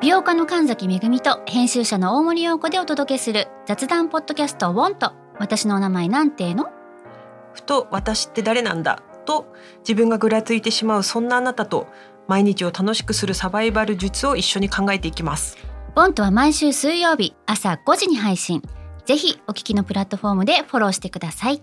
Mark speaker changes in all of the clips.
Speaker 1: 美容家の神崎恵と編集者の大森洋子でお届けする雑談ポッドキャストウォンと私のお名前なんての
Speaker 2: ふと私って誰なんだと自分がぐらついてしまうそんなあなたと毎日を楽しくするサバイバル術を一緒に考えていきます
Speaker 1: ウォンとは毎週水曜日朝5時に配信ぜひお聞きのプラットフォームでフォローしてください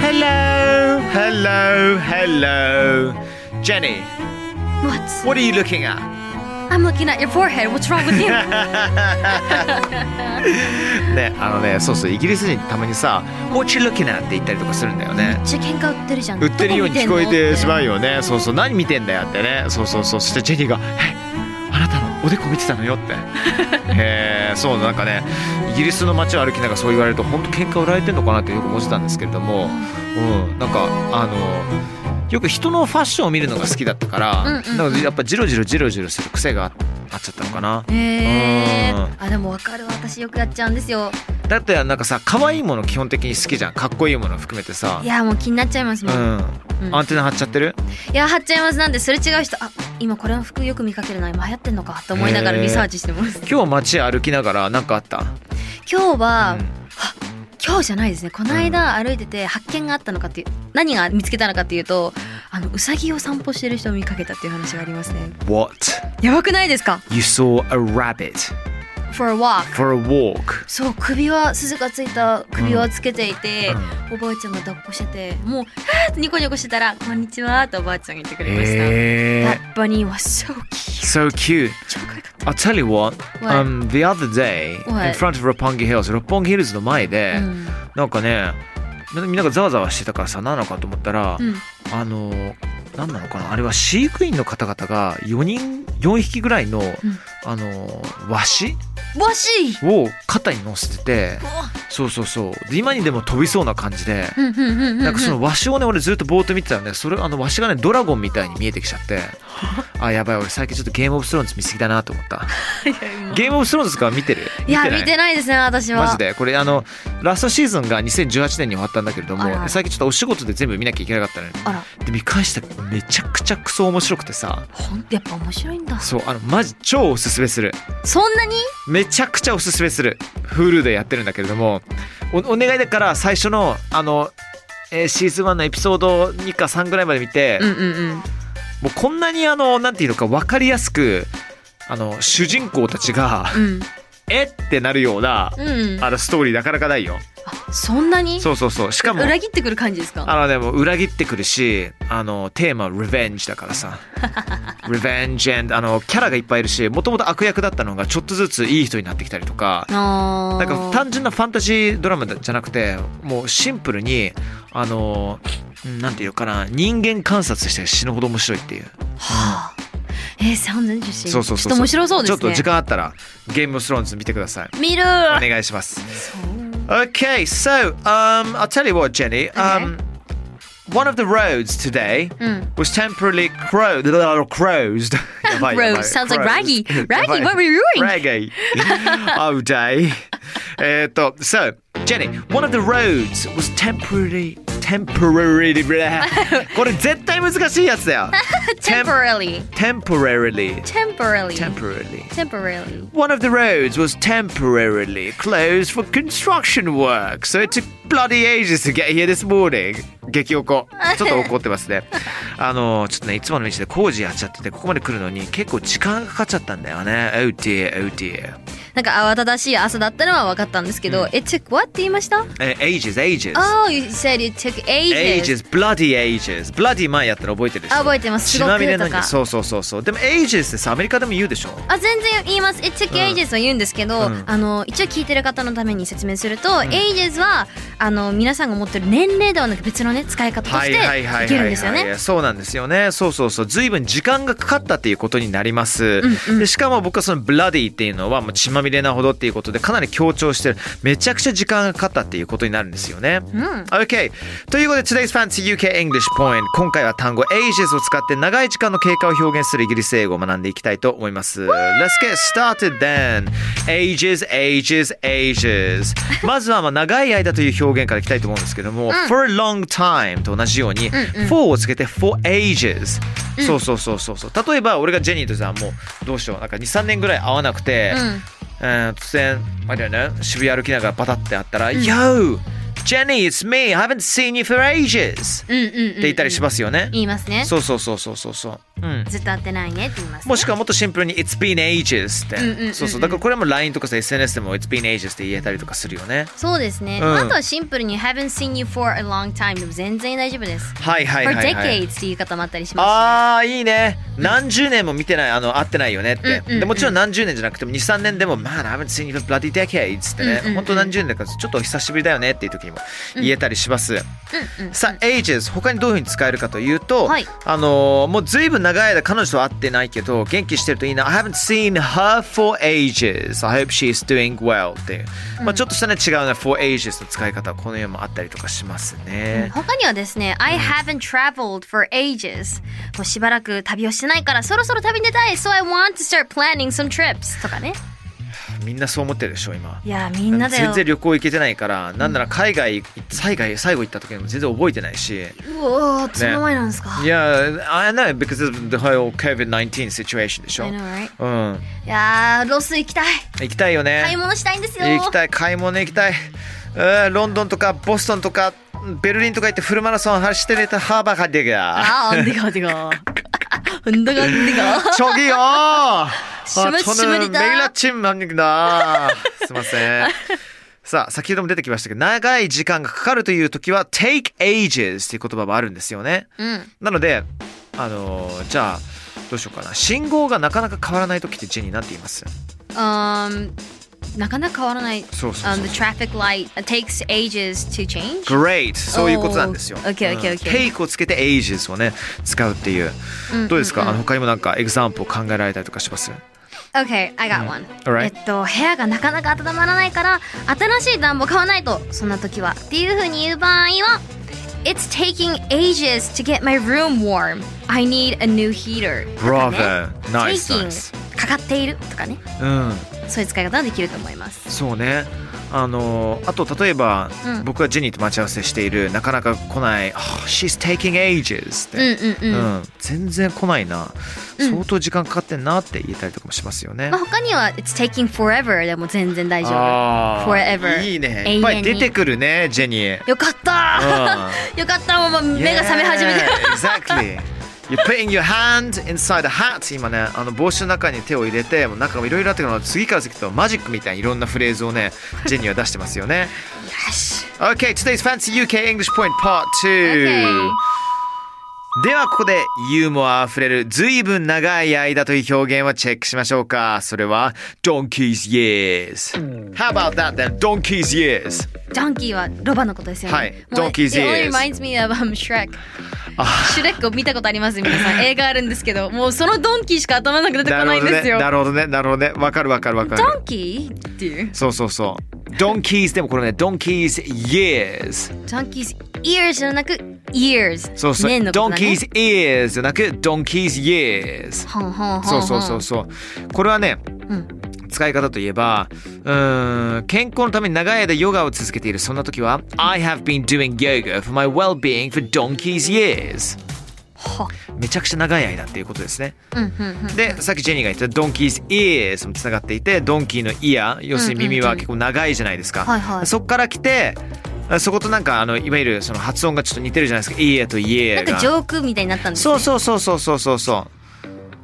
Speaker 3: Hello, hello, hello. Jenny,
Speaker 4: What?
Speaker 3: what are you looking at?
Speaker 4: I'm looking at your forehead. What's wrong with you?
Speaker 3: ね、あのね、そうそう、イギリス人ってたまにさ、What you looking at? って言ったりとかするんだよね。
Speaker 4: ちょ喧嘩売ってるじゃん。
Speaker 3: 売ってるように聞こえてしまう
Speaker 4: よ。
Speaker 3: よね。そうそう、何見てんだよってね。そうそうそう、そしてジェニーが、えあなたのおでこ見てたのよ って。えー、そうなんかねイギリスの街を歩きながらそう言われると本当喧嘩売られてんのかなってよく思ってたんですけれども、うん、なんかあのよく人のファッションを見るのが好きだったか
Speaker 4: う
Speaker 3: ら
Speaker 4: んうんうん
Speaker 3: なんかやっぱジロジロジロジロする癖がああっちゃったのかな
Speaker 4: え
Speaker 3: うん
Speaker 4: ー、あでもわかるわ私よくやっちゃうんですよ
Speaker 3: だってなんかさ可愛いもの基本的に好きじゃんかっこいいもの含めてさ
Speaker 4: い、やもう気になっちゃいます
Speaker 3: う
Speaker 4: もん、
Speaker 3: ん、
Speaker 4: うん
Speaker 3: アンテナ張っちゃってる
Speaker 4: いや貼っちゃいますなんですれ違う人あ今これの服よく見かけるな今流行ってんのかと思いながらリサーチしてます、
Speaker 3: 今日街歩きながら何かあった
Speaker 4: 今日は、
Speaker 3: うん
Speaker 4: 今日じゃないですねこの間歩いてて発見があったのかっていう何が見つけたのかっていうとあのウサギを散歩してる人を見かけたっていう話がありますね
Speaker 3: What?
Speaker 4: やばくないですか
Speaker 3: You saw a rabbit
Speaker 4: For a walk
Speaker 3: for a walk
Speaker 4: そう首輪鈴がついた首輪つけていて、おばあちゃんが抱っこしててもう「はぁニコニコしてたら「こんにちは」っておばあちゃんが言ってくれました、
Speaker 3: え
Speaker 4: や
Speaker 3: ー、
Speaker 4: っぱりは so cute
Speaker 3: Eh, So cute
Speaker 4: 超可愛かっ
Speaker 3: I'll tell you what,
Speaker 4: What?
Speaker 3: um, the other day, in
Speaker 4: What? Mm.
Speaker 3: front of Roppongi Hills, 六本木ヒルズの前で
Speaker 4: た、、うん
Speaker 3: なんかね、みんながざわざわしてたからさ、何なのかと思ったら、
Speaker 4: うん
Speaker 3: あの、何なのかな、あれは飼育員の方々が4人、4匹ぐらいの、あの、ワシ
Speaker 4: わし
Speaker 3: を肩に乗せてて、そうそうそう。で今にでも飛びそうな感じで、
Speaker 4: な
Speaker 3: なんかそのワシをね俺ずっとぼーっと見てたらねそれあのワシがねドラゴンみたいに見えてきちゃってあやばい俺最近ちょっとゲームオブスローンズ見すぎだなと思ったゲームオブスローンズとか見てる
Speaker 4: いや
Speaker 3: な
Speaker 4: 見てないですね私は
Speaker 3: マジでこれあのラストシーズンが2018年に終わったんだけれども
Speaker 4: あらあら
Speaker 3: 最近ちょっとお仕事で全部見なきゃいけなかったのよ
Speaker 4: あら
Speaker 3: で見返したらめちゃくちゃクソ面白くてさ
Speaker 4: ほんとやっぱ面白いんだ
Speaker 3: そうあのマジ超おすすめする
Speaker 4: そんなに
Speaker 3: めちゃくちゃおすすめする Hulu でやってるんだけれどもおお願いだから最初のあの、えーシーズン1のエピソード2か3ぐらいまで見て、
Speaker 4: うんうんうん
Speaker 3: もうこんなにあのなんていうのか分かりやすくあの主人公たちが
Speaker 4: うん
Speaker 3: えってなるような
Speaker 4: うん
Speaker 3: あのストーリーなかなかないよ
Speaker 4: そんなに
Speaker 3: そうそうそうしかも
Speaker 4: 裏切ってくる感じですか
Speaker 3: あのでもう裏切ってくるしあのテーマ「revenge」だか らさ「revenge」and あのキャラがいっぱいいるしもともと悪役だったのがちょっとずついい人になってきたりとか
Speaker 4: あ
Speaker 3: な
Speaker 4: ー
Speaker 3: んか単純なファンタジードラマじゃなくてもうシンプルにあのうんなんていうのかな人間観察して死ぬほど面白いっていう
Speaker 4: はあえー、三年出身
Speaker 3: そうそうそ
Speaker 4: ちょっと
Speaker 3: うそう
Speaker 4: 面白そうです
Speaker 3: ち
Speaker 4: ね
Speaker 3: ょっと時間あったらゲームオブスローンズ見てください
Speaker 4: 見る
Speaker 3: お願いします Okay, so um, I'll tell you what, Jenny. Um, One of the roads today
Speaker 4: Mm.
Speaker 3: was temporarily cro- crozed.
Speaker 4: Crozed. Sounds like Raggy. Raggy, what were you doing?
Speaker 3: Raggy. oh, day. Eh, to- so, Jenny, one of the roads was temporarily. Temporarily. これ絶対難しいやつだよ。
Speaker 4: temporarily
Speaker 3: temporarily.
Speaker 4: temporarily
Speaker 3: Temporarily.
Speaker 4: temporarily
Speaker 3: One of the roads was temporarily closed for construction work, so it took bloody ages to get here this morning. 激お こ。ちょっと怒ってますね。あの、ちょっとね、いつもの道で工事やっちゃってて、ここまで来るのに結構時間がかかっちゃったんだよね。Oh dear, oh dear.
Speaker 4: なんか慌ただしい朝だったのは分かったんですけど、え It took what って言いました
Speaker 3: えー ages, ages.
Speaker 4: Oh, you said it took ages.
Speaker 3: ages, bloody ages. bloody 前やったら覚えてるでしょ
Speaker 4: あ覚えてます
Speaker 3: 血まみれな
Speaker 4: すごくとか
Speaker 3: そうそうそうそう。でも ages ってさ、アメリカでも言うでしょ
Speaker 4: あ全然言います「It took
Speaker 3: うん
Speaker 4: ages」は言うんですけど、
Speaker 3: うん
Speaker 4: あの一応聞いてる方のために説明すると「ages は」あの皆さんが持ってる年齢ではなく別のね使い方としていけるんですよね。
Speaker 3: そうなんですよね。そうそうそう。ずいぶん時間がかかったっていうことになります。
Speaker 4: うんうん
Speaker 3: でしかも僕はその bloody っていうのはもう血まみれなほどっていうことでかなり強調してる。めちゃくちゃ時間がかかったっていうことになるんですよね。
Speaker 4: うん
Speaker 3: OK! ということで Today's Fancy UK English Point 今回は単語 ages を使って長い時間の経過を表現するイギリス英語を学んでいきたいと思います Let's get started then ages ages ages まずはまあ長い間という表現からいきたいと思うんですけども、for a long time と同じように、for をつけて for ages そうそうそうそうそう例えば俺がジェニーとさもうどうしようなんか23年ぐらい会わなくて、えー突然、あれだよね、渋谷歩きながらバタって会ったら、Yo! Jenny, it's me! I haven't seen you for ages!
Speaker 4: うんうんうんうん
Speaker 3: って言ったりしますよね。
Speaker 4: 言いますね
Speaker 3: そうそうそうそうそうそう。うん。
Speaker 4: ずっと会ってないねって言いますね、
Speaker 3: もしくはもっとシンプルに It's been ages って、
Speaker 4: うんうんうんうん
Speaker 3: そうそうだからこれも LINE とかさ SNS でも It's been ages って言えたりとかするよね
Speaker 4: そうですね、
Speaker 3: うん
Speaker 4: まああとはシンプルに「haven't seen you for a long time」でも全然大丈夫です
Speaker 3: はいはいはい、
Speaker 4: for
Speaker 3: はい、
Speaker 4: decades っていう方もあったりしま
Speaker 3: あーいいね何十年も見てないあの会ってないよねって、
Speaker 4: うんうんうん
Speaker 3: でもちろん何十年じゃなくても23年でも「まあ I haven't seen you for bloody decades」ってね、
Speaker 4: うんうんうん
Speaker 3: ほんと何十年だからちょっとお久しぶりだよねっていう時にも言えたりします、
Speaker 4: すうんうん
Speaker 3: さあ ages 他にどういうふうに使えるかというと、
Speaker 4: はい
Speaker 3: あのーもうずいぶん長い間彼女と会ってないけど元気してるといいな I haven't seen her for ages I hope she's doing well っていう、まあちょっとしたね違うね for ages の使い方はこの世もあったりとかしますね、
Speaker 4: 他にはですね、I haven't traveled for ages。もうしばらく旅をしてないから、そろそろ旅に出たい !So I want to start planning some trips! とかね。
Speaker 3: みんなそう思ってるでしょ今
Speaker 4: いやー、みんなだ
Speaker 3: 全
Speaker 4: よ。
Speaker 3: 然旅行行けてないからなんなら海外海外最後行った時にも全然覚えてないし
Speaker 4: うおー、その前なんですか。
Speaker 3: いや I know because of the whole COVID-19 situation でしょ
Speaker 4: I know, right?
Speaker 3: うん
Speaker 4: いやー、ロス行きたい。
Speaker 3: 行きたいよね
Speaker 4: 買い物したいんですよ。
Speaker 3: 行きたい買い物行きたいうんロンドンとかボストンとかベルリンとか行ってフルマラソン走ってれたハーバーがでが
Speaker 4: あー、んでかんで か。んでかん でか。
Speaker 3: ちょぎよ
Speaker 4: しむしむりだ
Speaker 3: メイラチンマンニクだすいませんさあ先ほども出てきましたけど長い時間がかかるという時は take ages っていう言葉もあるんですよね
Speaker 4: うん。
Speaker 3: なのであのーじゃあどうしようかな信号がなかなか変わらない時ってジェニーなんて言います
Speaker 4: あーなかなか変わらない。
Speaker 3: そうそうそう
Speaker 4: Um, the traffic light takes ages to change.
Speaker 3: Great そういうことなんですよ。
Speaker 4: Oh, okay, okay, okay.
Speaker 3: うん Take をつけて ages をね使うっていう。どうですか？あの他にもなんか example 考えられたりとかします？
Speaker 4: Okay, I got one.
Speaker 3: Alright.
Speaker 4: えっと、部屋がなかなか温まらないから、新しい暖房買わないと、そんな時は。っていう風に言う場合は、It's taking ages to get my room warm. I need a new heater. とかね
Speaker 3: Bravo. Nice,
Speaker 4: taking
Speaker 3: nice.
Speaker 4: かかっているとかね。
Speaker 3: うん、
Speaker 4: そういう使い方ができると思います。
Speaker 3: そうね。あのあと例えば、
Speaker 4: うん
Speaker 3: 僕はジェニーと待ち合わせしているなかなか来ない「Oh, She's taking ages」っ
Speaker 4: うん
Speaker 3: て、
Speaker 4: うんうん。
Speaker 3: うん全然来ないな、
Speaker 4: うん
Speaker 3: 相当時間かかってんなって言えたりとかもしますよね。
Speaker 4: まあ、他には、It's taking forever でも全然大丈夫。
Speaker 3: あー
Speaker 4: Forever
Speaker 3: いいね。いっぱい出てくるねジェニー。
Speaker 4: よかった、 よかったもう目が覚め始めてる。
Speaker 3: Yeah, exactly. You're putting your hand inside a hat 今ねあの帽子の中に手を入れてもう中もいろいろあってから次から次へとマジックみたいにいろんなフレーズをねジェニーは出してますよね OK today's fancy UK English point part 2
Speaker 4: Okay
Speaker 3: ではここでユーモアあふれるずいぶん長い間という表現をチェックしましょうかそれは Donkey's Years How about that then Donkey's Years
Speaker 4: ジャンキーはロバのことですよね。
Speaker 3: はい
Speaker 4: もう
Speaker 3: Donkey's
Speaker 4: It only
Speaker 3: ears
Speaker 4: reminds me of um, Shrek.
Speaker 3: あ
Speaker 4: シュレックを見たことあります皆さん。 映画あるんですけど、もうそのドンキーしか頭の中出てこ
Speaker 3: な
Speaker 4: ない
Speaker 3: る
Speaker 4: ん
Speaker 3: ほど
Speaker 4: です
Speaker 3: ね
Speaker 4: よ。
Speaker 3: なるほどねなるほどねわかるわかるわかる
Speaker 4: ドンキーっていう。
Speaker 3: そうそうそう。ドンキーズでもこれね、ドンキーズ years。
Speaker 4: ジャンキーズ ears じゃなく ears。
Speaker 3: そうそう。
Speaker 4: 年のこと
Speaker 3: ドン
Speaker 4: だ
Speaker 3: キー
Speaker 4: ね
Speaker 3: ズ。ears じゃなく、ドンキーズ years。
Speaker 4: ほんほんほんほ
Speaker 3: そ
Speaker 4: ん
Speaker 3: うそうそうそう。これはね、
Speaker 4: うん
Speaker 3: 使い方といえば、うーん、健康のために長い間ヨガを続けているそんな時は、I have been doing yoga for my well-being for donkey's years。
Speaker 4: は
Speaker 3: めちゃくちゃ長い間っていうことですね。
Speaker 4: うんうんうん。
Speaker 3: でさっきジェニーが言ったドンキーズ ears もつながっていてドンキーのイヤー要するに耳は結構長いじゃないですか、
Speaker 4: はいはい
Speaker 3: そっから来てあそことなんかあのいわゆるその発音がちょっと似てるじゃないですかイヤーとイエ
Speaker 4: な
Speaker 3: ー
Speaker 4: んか
Speaker 3: が
Speaker 4: ジョークみたいになったんです
Speaker 3: そう
Speaker 4: ね。
Speaker 3: そうそうそうそうそうそ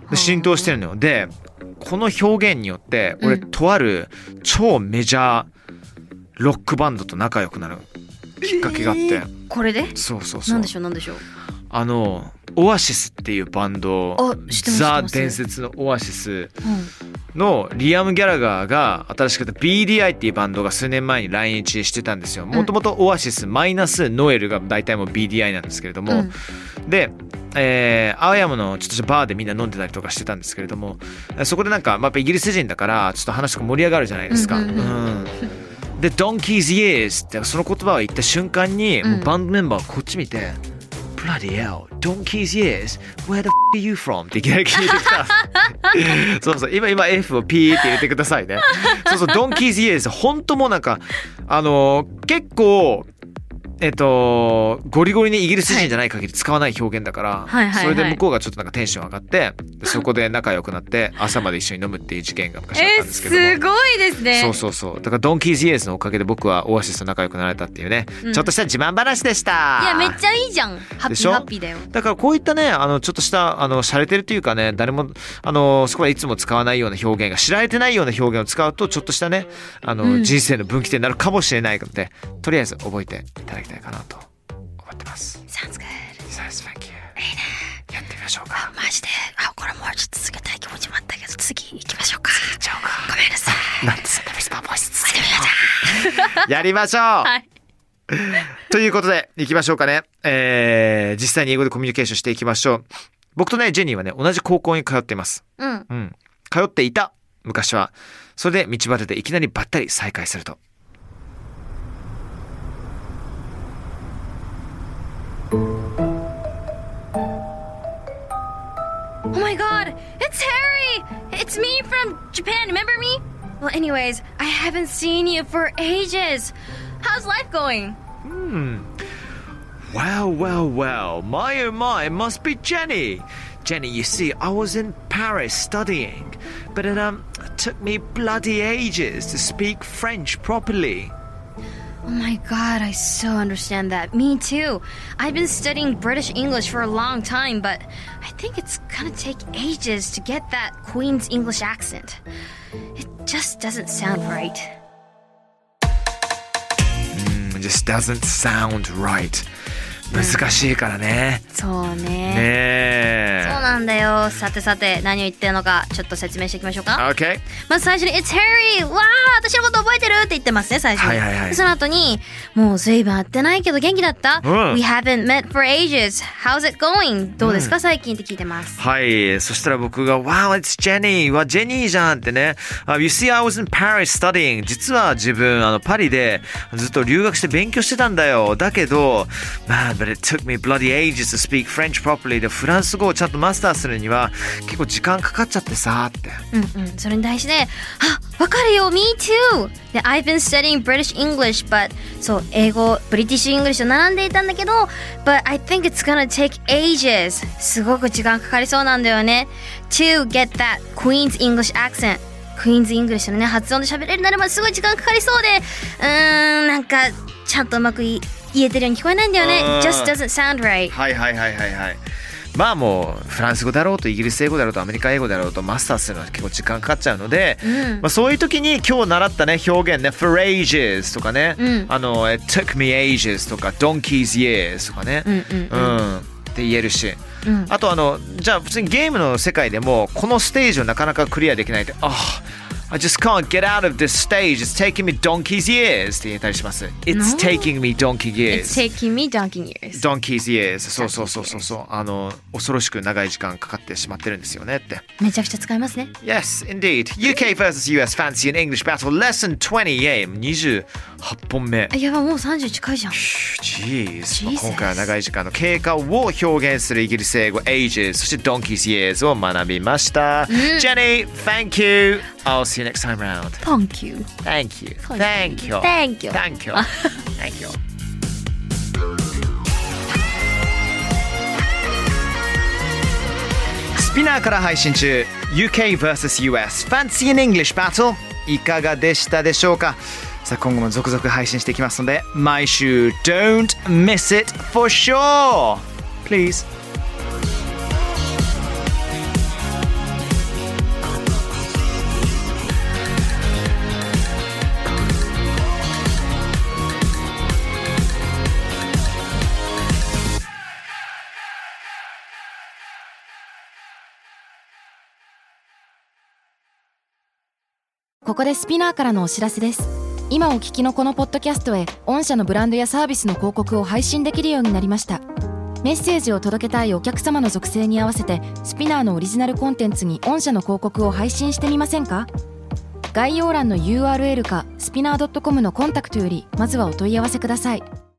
Speaker 3: うで浸透してるのよでこの表現によって俺、
Speaker 4: うん
Speaker 3: とある超メジャーロックバンドと仲良くなるきっかけがあって、
Speaker 4: これで
Speaker 3: そうそうそ
Speaker 4: な
Speaker 3: うん
Speaker 4: でしょうなんでしょう
Speaker 3: あのオアシスっていうバンド
Speaker 4: あ知ってます知っ
Speaker 3: ザ・
Speaker 4: てます
Speaker 3: 伝説のオアシス
Speaker 4: う
Speaker 3: のリアム・ギャラガーが新しくやった BDI っていうバンドが数年前に来日してたんですよもともとオアシスマイナスノエルが大体もう BDI なんですけれども、で、えー、青山のちょっとしたバーでみんな飲んでたりとかしてたんですけれどもそこでなんか、まあ、やっぱイギリス人だからちょっと話とか盛り上がるじゃないですか。
Speaker 4: うんうんう
Speaker 3: うんで「ドンキーズ・イエース」ってその言葉を言った瞬間に、
Speaker 4: うん
Speaker 3: もうバンドメンバーこっち見て「Bloody hell, Donkey's ears, where the f are you from?」っていきなり聞いてきた そうそう今今 F をピーって入れてくださいねそうそう Donkey's ears 本当もうなんかあのー結構えっと、ゴリゴリにイギリス人じゃない限り使わない表現だから、
Speaker 4: はいはいはい
Speaker 3: それで向こうがちょっとなんかテンション上がってでそこで仲良くなって朝まで一緒に飲むっていう事件が昔あった
Speaker 4: え
Speaker 3: んですけ
Speaker 4: す
Speaker 3: ど
Speaker 4: ご
Speaker 3: も、
Speaker 4: いですね
Speaker 3: そうそうそうだからドンキーズイエースのおかげで僕はオアシスと仲良くなれたっていうね、
Speaker 4: うん
Speaker 3: ちょっとした自慢話でした
Speaker 4: いやめっちゃいいじゃんハッピ
Speaker 3: でし
Speaker 4: ー
Speaker 3: ょ
Speaker 4: ハッピーだよ
Speaker 3: だからこういったねあのちょっとしたあの洒落てるというかね誰もあのそこまでいつも使わないような表現が知られてないような表現を使うとちょっとしたねあの、
Speaker 4: うん
Speaker 3: 人生の分岐点になるかもしれないのでとりあえず覚えていただきたいかなと思ってます。
Speaker 4: Sounds good
Speaker 3: サイズファンキューやってみましょうか。
Speaker 4: マジであこれもうちょっと続けたい気持ちもあったけど次行きましょうか
Speaker 3: 行っちゃおうか
Speaker 4: ごめんなさい
Speaker 3: なんてそんなミスパーボイス やりましょう、
Speaker 4: はい
Speaker 3: ということで、行きましょうかね。えー、実際に英語でコミュニケーションしていきましょう。僕とね、ジェニーはね、同じ高校に通っています。
Speaker 4: うん
Speaker 3: うん。通っていた、昔は。それで道端でいきなりばったり再会すると。
Speaker 4: Oh my god, it's Harry! It's me from Japan, remember me? Well, anyways, I haven't seen you for ages. How's life going?
Speaker 3: Well, well, well. My oh my, must be Jenny. Jenny, you see, I was in Paris studying, but it um took me bloody ages to speak French properly.
Speaker 4: Oh my god, I so understand that. Me too. I've been studying British English for a long time, but I think it's gonna take ages to get that Queen's English accent. It just doesn't sound right.
Speaker 3: It just doesn't sound right. 難しいからね。
Speaker 4: そうね。
Speaker 3: ね
Speaker 4: そうなんだよ。さてさて、何を言ってるのか、ちょっと説明していきましょうか。
Speaker 3: OK?
Speaker 4: まず最初に「It's Harry! わあ私のこと覚えてる!」って言ってますね最初に、
Speaker 3: はいはいはい
Speaker 4: その後に「もう随分会ってないけど元気だった、
Speaker 3: うん
Speaker 4: ?We haven't met for ages how's it going? どうですか、最近?」って聞いてます
Speaker 3: はい。そしたら僕が、Wow, it's Jenny! わ、ジェニーじゃんってね。あ you see, I was in Paris studying. 実は自分、あの、パリでずっと留学して勉強してたんだよ。だけど、Man, but it took me bloody ages to speak French properly. で、フランス語をちゃんとマスターするには結構時間かかっちゃってさ、って。
Speaker 4: うんうんそれに対して「あわかるよ Me too!」で「I've been studying British English but そう英語ブリティッシュ・イングリッシュと並んでいたんだけど but I think it's gonna take ages すごく時間かかりそうなんだよね to get that Queen's English accent クイーンズ・イングリッシュのね発音で喋れるようになればすごい時間かかりそうでうーんなんかちゃんとうまくい言えてるように聞こえないんだよね
Speaker 3: うん
Speaker 4: just doesn't sound right
Speaker 3: はいはいはいはいはいまあもうフランス語だろうとイギリス英語だろうとアメリカ英語だろうとマスターするのは結構時間かかっちゃうので、まあ、そういう時に今日習ったね表現ね「for ages」とかね、
Speaker 4: うん
Speaker 3: あの「it took me ages」とか「donkey's years」とかね、
Speaker 4: うんうんうん
Speaker 3: うんって言えるし、
Speaker 4: うん
Speaker 3: あとあのじゃあ普通にゲームの世界でもこのステージをなかなかクリアできないって「あ、I just can't get out of this stage it's taking me donkey's years」って言えたりします「It's taking me donkey years」
Speaker 4: It's taking me donkey years
Speaker 3: ドンキーズイエースそうそうそうそうそうあの恐ろしく長い時間かかってしまってるんですよねって
Speaker 4: めちゃくちゃ使いますね
Speaker 3: Yes indeed UK vs US Fancy and English Battle Lesson 20 Game28 本目
Speaker 4: あやばもう30近いじゃん
Speaker 3: Jeez まあ
Speaker 4: Jesus
Speaker 3: 今回は長い時間の経過を表現するイギリス英語 Ages そしてドンキーズイエースを学びました、Jenny thank you I'll see you next time round
Speaker 4: Thank you
Speaker 3: Thank you Thank you
Speaker 4: Thank you
Speaker 3: Thank you Thank you スピナーから配信中 UK vs.US Fancy in English Battle いかがでしたでしょうかさあ今後も続々配信していきますので毎週 Don't miss it for sure Please
Speaker 5: 「
Speaker 4: ここでスピナーからのお知らせです今お聞きのこのポッドキャストへ御社のブランドやサービスの広告を配信できるようになりましたメッセージを届けたいお客様の属性に合わせてスピナーのオリジナルコンテンツに御社の広告を配信してみませんか概要欄の URL かスピナー .com のコンタクトよりまずはお問い合わせください